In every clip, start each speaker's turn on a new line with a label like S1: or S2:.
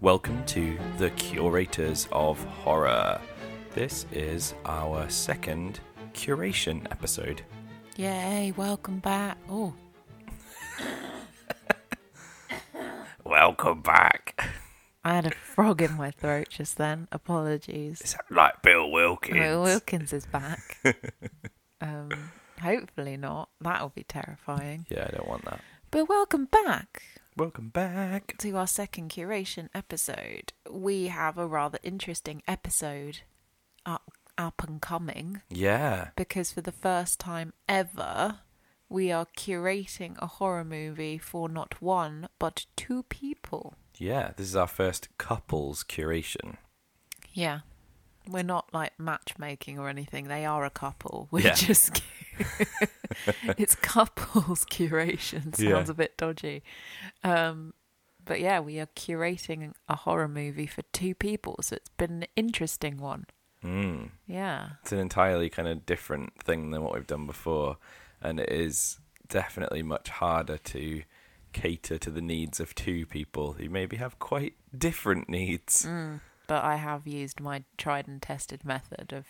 S1: Welcome to the Curators of Horror. This is our second curation episode.
S2: Yay, welcome back. Oh,
S1: Welcome back.
S2: I had a frog in my throat just then. Apologies.
S1: It's like Bill Wilkins.
S2: Will Wilkins is back. um, hopefully not. That would be terrifying.
S1: Yeah, I don't want that.
S2: But welcome back
S1: Welcome back.
S2: to our second curation episode. We have a rather interesting episode up, up and coming
S1: Yeah.
S2: because for the first time ever, we are curating a horror movie for not one, but two people.
S1: Yeah, this is our first couples curation.
S2: Yeah. We're not like matchmaking or anything. They are a couple. We're
S1: Yeah.
S2: just. it's couples curation. Sounds
S1: Yeah.
S2: a bit dodgy. Um, but yeah, we are curating a horror movie for two people. So it's been an interesting one.
S1: Mm.
S2: Yeah.
S1: It's an entirely kind of different thing than what we've done before, and it is definitely much harder to cater to the needs of two people who maybe have quite different needs.
S2: But I have used my tried and tested method of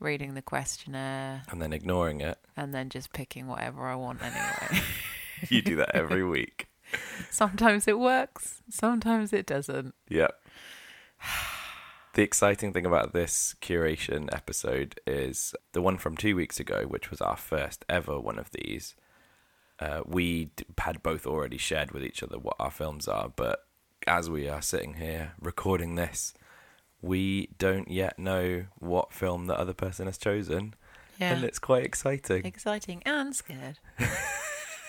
S2: reading the questionnaire
S1: and then ignoring it.
S2: and then just picking whatever I want anyway.
S1: You do that every week.
S2: sometimes it works, sometimes it doesn't.
S1: Yep. The exciting thing about this curation episode is the one from two weeks ago, which was our first ever one of these. Uh, we d- had both already shared with each other what our films are, but as we are sitting here recording this, we don't yet know what film the other person has chosen,
S2: Yeah.
S1: and it's quite exciting.
S2: exciting and scared.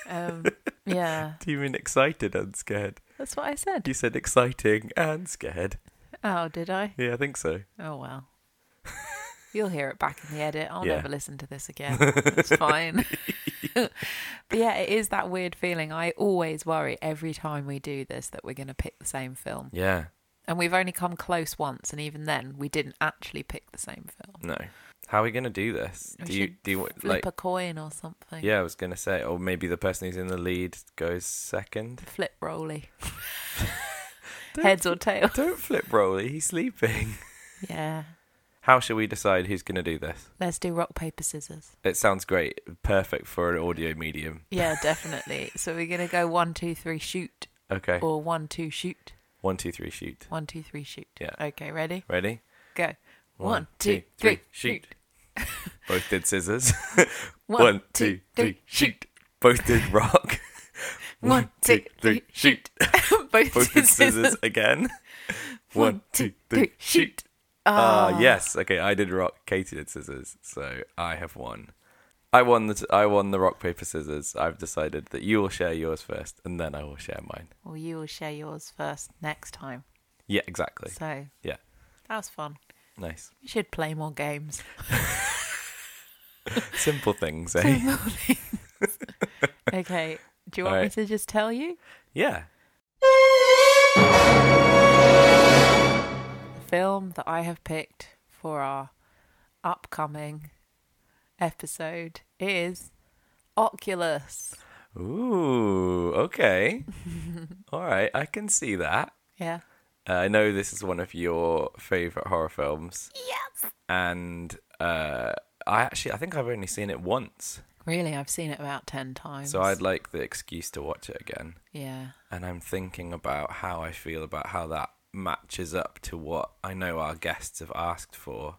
S2: um, yeah,
S1: do you mean excited and scared?
S2: that's what I said.
S1: You said exciting and scared.
S2: Oh, did I?
S1: Yeah, I think so.
S2: Oh well. You'll hear it back in the edit. I'll
S1: Yeah.
S2: never listen to this again. It's fine. but yeah, it is that weird feeling. I always worry every time we do this that we're going to pick the same film.
S1: Yeah.
S2: And we've only come close once, and even then, we didn't actually pick the same film.
S1: No. How are we gonna do this?
S2: We
S1: do you
S2: should
S1: do you, want- like?
S2: Flip a coin or something.
S1: Yeah, I was gonna say, or maybe the person who's in the lead goes second.
S2: Flip roly.
S1: Don't-
S2: Heads or tail.
S1: Don't flip Rolly, he's sleeping.
S2: Yeah.
S1: How shall we decide who's gonna do this?
S2: Let's do rock, paper, scissors.
S1: It sounds great, perfect for an audio medium.
S2: Yeah, definitely. so we're gonna go one, two, three, shoot,
S1: Okay,
S2: or one, two, shoot,
S1: one, two, three, shoot.
S2: one, two, three, shoot.
S1: Yeah.
S2: Okay, ready?
S1: Ready?
S2: Go.
S1: One,
S2: One,
S1: two,
S2: two,
S1: three,
S2: three,
S1: Both did scissors.
S2: One, two, three, shoot.
S1: Both did rock.
S2: One, two, three, shoot. Both,
S1: Both did scissors again. One, two, three, shoot. Ah, yes. Okay, I did rock. Katie did scissors, so I have won. I won the I won the rock paper scissors. I've decided that you will share yours first, and then I will share mine.
S2: Well, you will share yours first next time.
S1: Yeah, exactly.
S2: So
S1: Yeah,
S2: that was fun.
S1: nice.
S2: We should play more games.
S1: Simple things, eh?
S2: Okay. Do you want
S1: Alright.
S2: me to just tell you?
S1: yeah.
S2: The film that I have picked for our upcoming episode is Oculus.
S1: Ooh. Okay. All right. I can see that.
S2: Yeah.
S1: Uh, I know this is one of your favorite horror films. Yes. And uh, I actually I think I've only seen it once,
S2: Really, I've seen it about 10 times.
S1: so I'd like the excuse to watch it again.
S2: Yeah.
S1: and I'm thinking about how I feel about how that matches up to what I know our guests have asked for.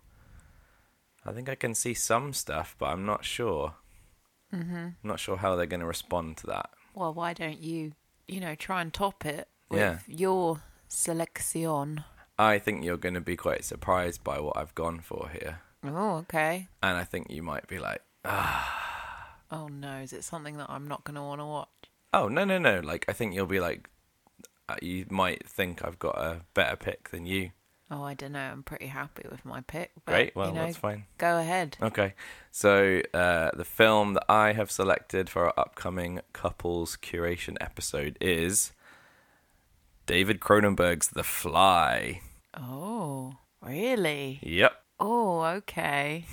S1: I think I can see some stuff, but I'm not sure. Mm-hmm. I'm not sure how they're going to respond to that.
S2: Well, why don't you, you know, try and top it with
S1: Yeah.
S2: your selection?
S1: I think you're going to be quite surprised by what I've gone for here,
S2: Oh, okay.
S1: and I think you might be like,
S2: Oh no, is it something that I'm not going to want to watch?
S1: "Oh no, no, no!" Like I think you'll be like, uh, you might think I've got a better pick than you.
S2: Oh, I don't know. I'm pretty happy with my pick. But,
S1: Great,
S2: Uh, you
S1: well
S2: know,
S1: that's fine.
S2: Go ahead.
S1: Okay. So uh, the film that I have selected for our upcoming couples curation episode is David Cronenberg's The Fly.
S2: Oh, really?
S1: Yep.
S2: Oh,
S1: Mm.
S2: okay.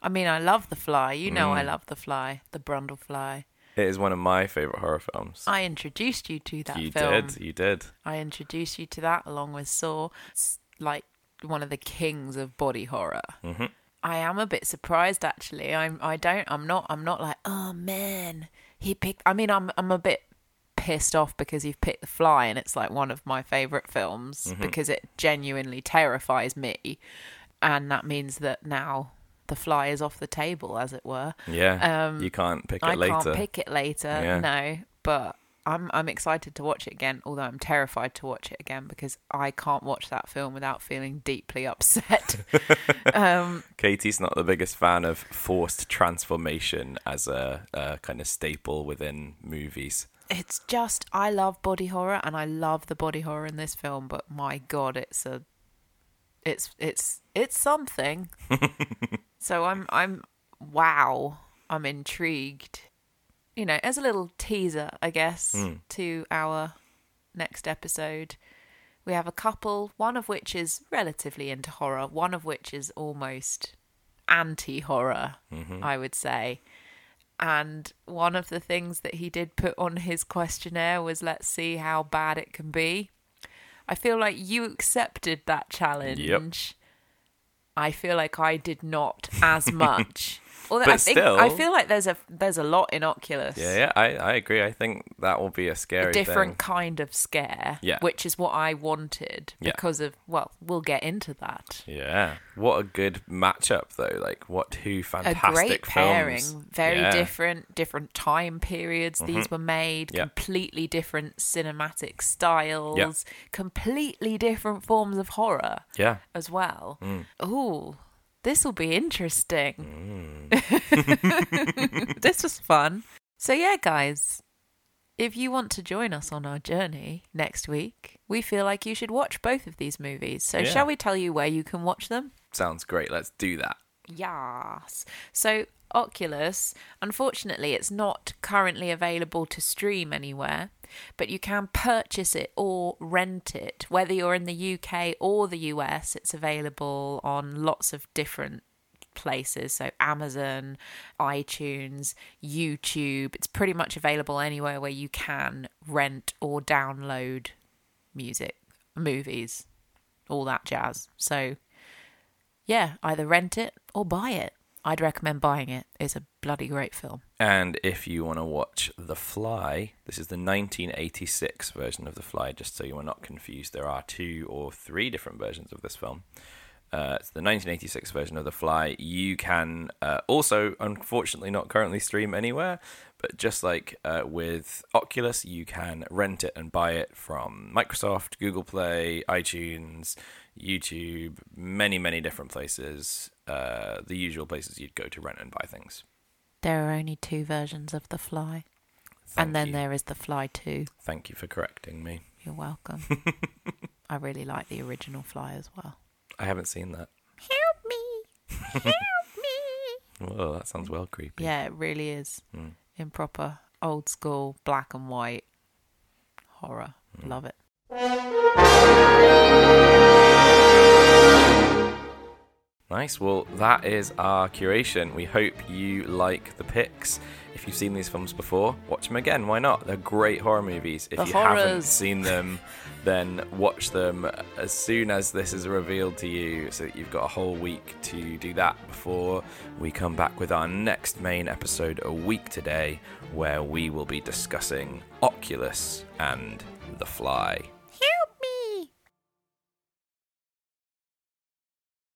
S2: I mean, I love the fly. You know, I love the fly, the Brundle fly.
S1: It is one of my favorite horror films.
S2: I introduced you to that
S1: you
S2: film.
S1: did. You did.
S2: I introduced you to that along with Saw. It's like one of the kings of body horror.
S1: Mhm.
S2: I am a bit surprised actually. I'm I don't I'm not I'm not like, oh man, he picked I mean I'm I'm a bit pissed off because you've picked the fly and it's like one of my favourite films because it genuinely terrifies me. And that means that now the fly is off the table, as it were.
S1: Yeah.
S2: Um,
S1: you can't pick it
S2: I
S1: later.
S2: can't pick it later.
S1: Yeah.
S2: No, but I'm I'm excited to watch it again. Although I'm terrified to watch it again because I can't watch that film without feeling deeply upset. um,
S1: Katie's not the biggest fan of forced transformation as a, a kind of staple within movies.
S2: it's just I love body horror and I love the body horror in this film, but my god, it's a it's it's it's something. so I'm I'm wow, I'm intrigued. You know, as a little teaser, I guess, to our next episode. We have a couple, one of which is relatively into horror, one of which is almost anti horror, I would say. And one of the things that he did put on his questionnaire was let's see how bad it can be. I feel like you accepted that challenge. I feel like I did not as much. Although I
S1: But
S2: think
S1: still-
S2: I feel like there's a there's a lot in Oculus.
S1: Yeah, yeah, I, I agree. I think that will be a scary
S2: A different
S1: thing.
S2: kind of scare,
S1: Yeah.
S2: which is what I wanted
S1: Yeah.
S2: because of well, we'll get into that.
S1: Yeah. What a good matchup though. Like what two
S2: A
S1: fantastic
S2: great pairing,
S1: films.
S2: very
S1: Yeah. Mm-hmm.
S2: different, different time periods these were made,
S1: Yeah.
S2: completely different cinematic styles, completely different forms of horror
S1: Yeah.
S2: as well. Ooh, this will be interesting. this was fun. So, yeah, guys, if you want to join us on our journey next week, we feel like you should watch both of these movies. So,
S1: Yeah.
S2: shall we tell you where you can watch them?
S1: Sounds great. Let's do that.
S2: Yes. So, Oculus, unfortunately, it's not currently available to stream anywhere, but you can purchase it or rent it. Whether you're in the UK or the US, it's available on lots of different places so Amazon, iTunes, YouTube. It's pretty much available anywhere where you can rent or download music, movies, all that jazz. So, yeah, either rent it or buy it. I'd recommend buying it. It's a bloody great film.
S1: And if you want to watch The Fly, this is the 1986 version of The Fly, just so you are not confused. There are two or three different versions of this film. Uh, it's the 1986 version of The Fly. You can uh, also, unfortunately, not currently stream anywhere, but just like uh, with Oculus, you can rent it and buy it from Microsoft, Google Play, iTunes, YouTube, many, many different places, uh, the usual places you'd go to rent and buy things.
S2: There are only two versions of The Fly, and then
S1: Thank you.
S2: there is The Fly 2.
S1: Thank you for correcting me.
S2: You're welcome. I really like the original Fly as well.
S1: I haven't seen that.
S2: Help me! Help me!
S1: Whoa, that sounds well creepy.
S2: Yeah, it really is.
S1: Mm.
S2: Improper, old school, black and white horror.
S1: Mm.
S2: Love it.
S1: Nice. Well, that is our curation. We hope you like the picks. If you've seen these films before, watch them again. Why not? They're great horror movies. If
S2: The
S1: you haven't
S2: horrors.
S1: seen them, then watch them as soon as this is revealed to you so that you've got a whole week to do that before we come back with our next main episode a week today where we will be discussing Oculus and The Fly.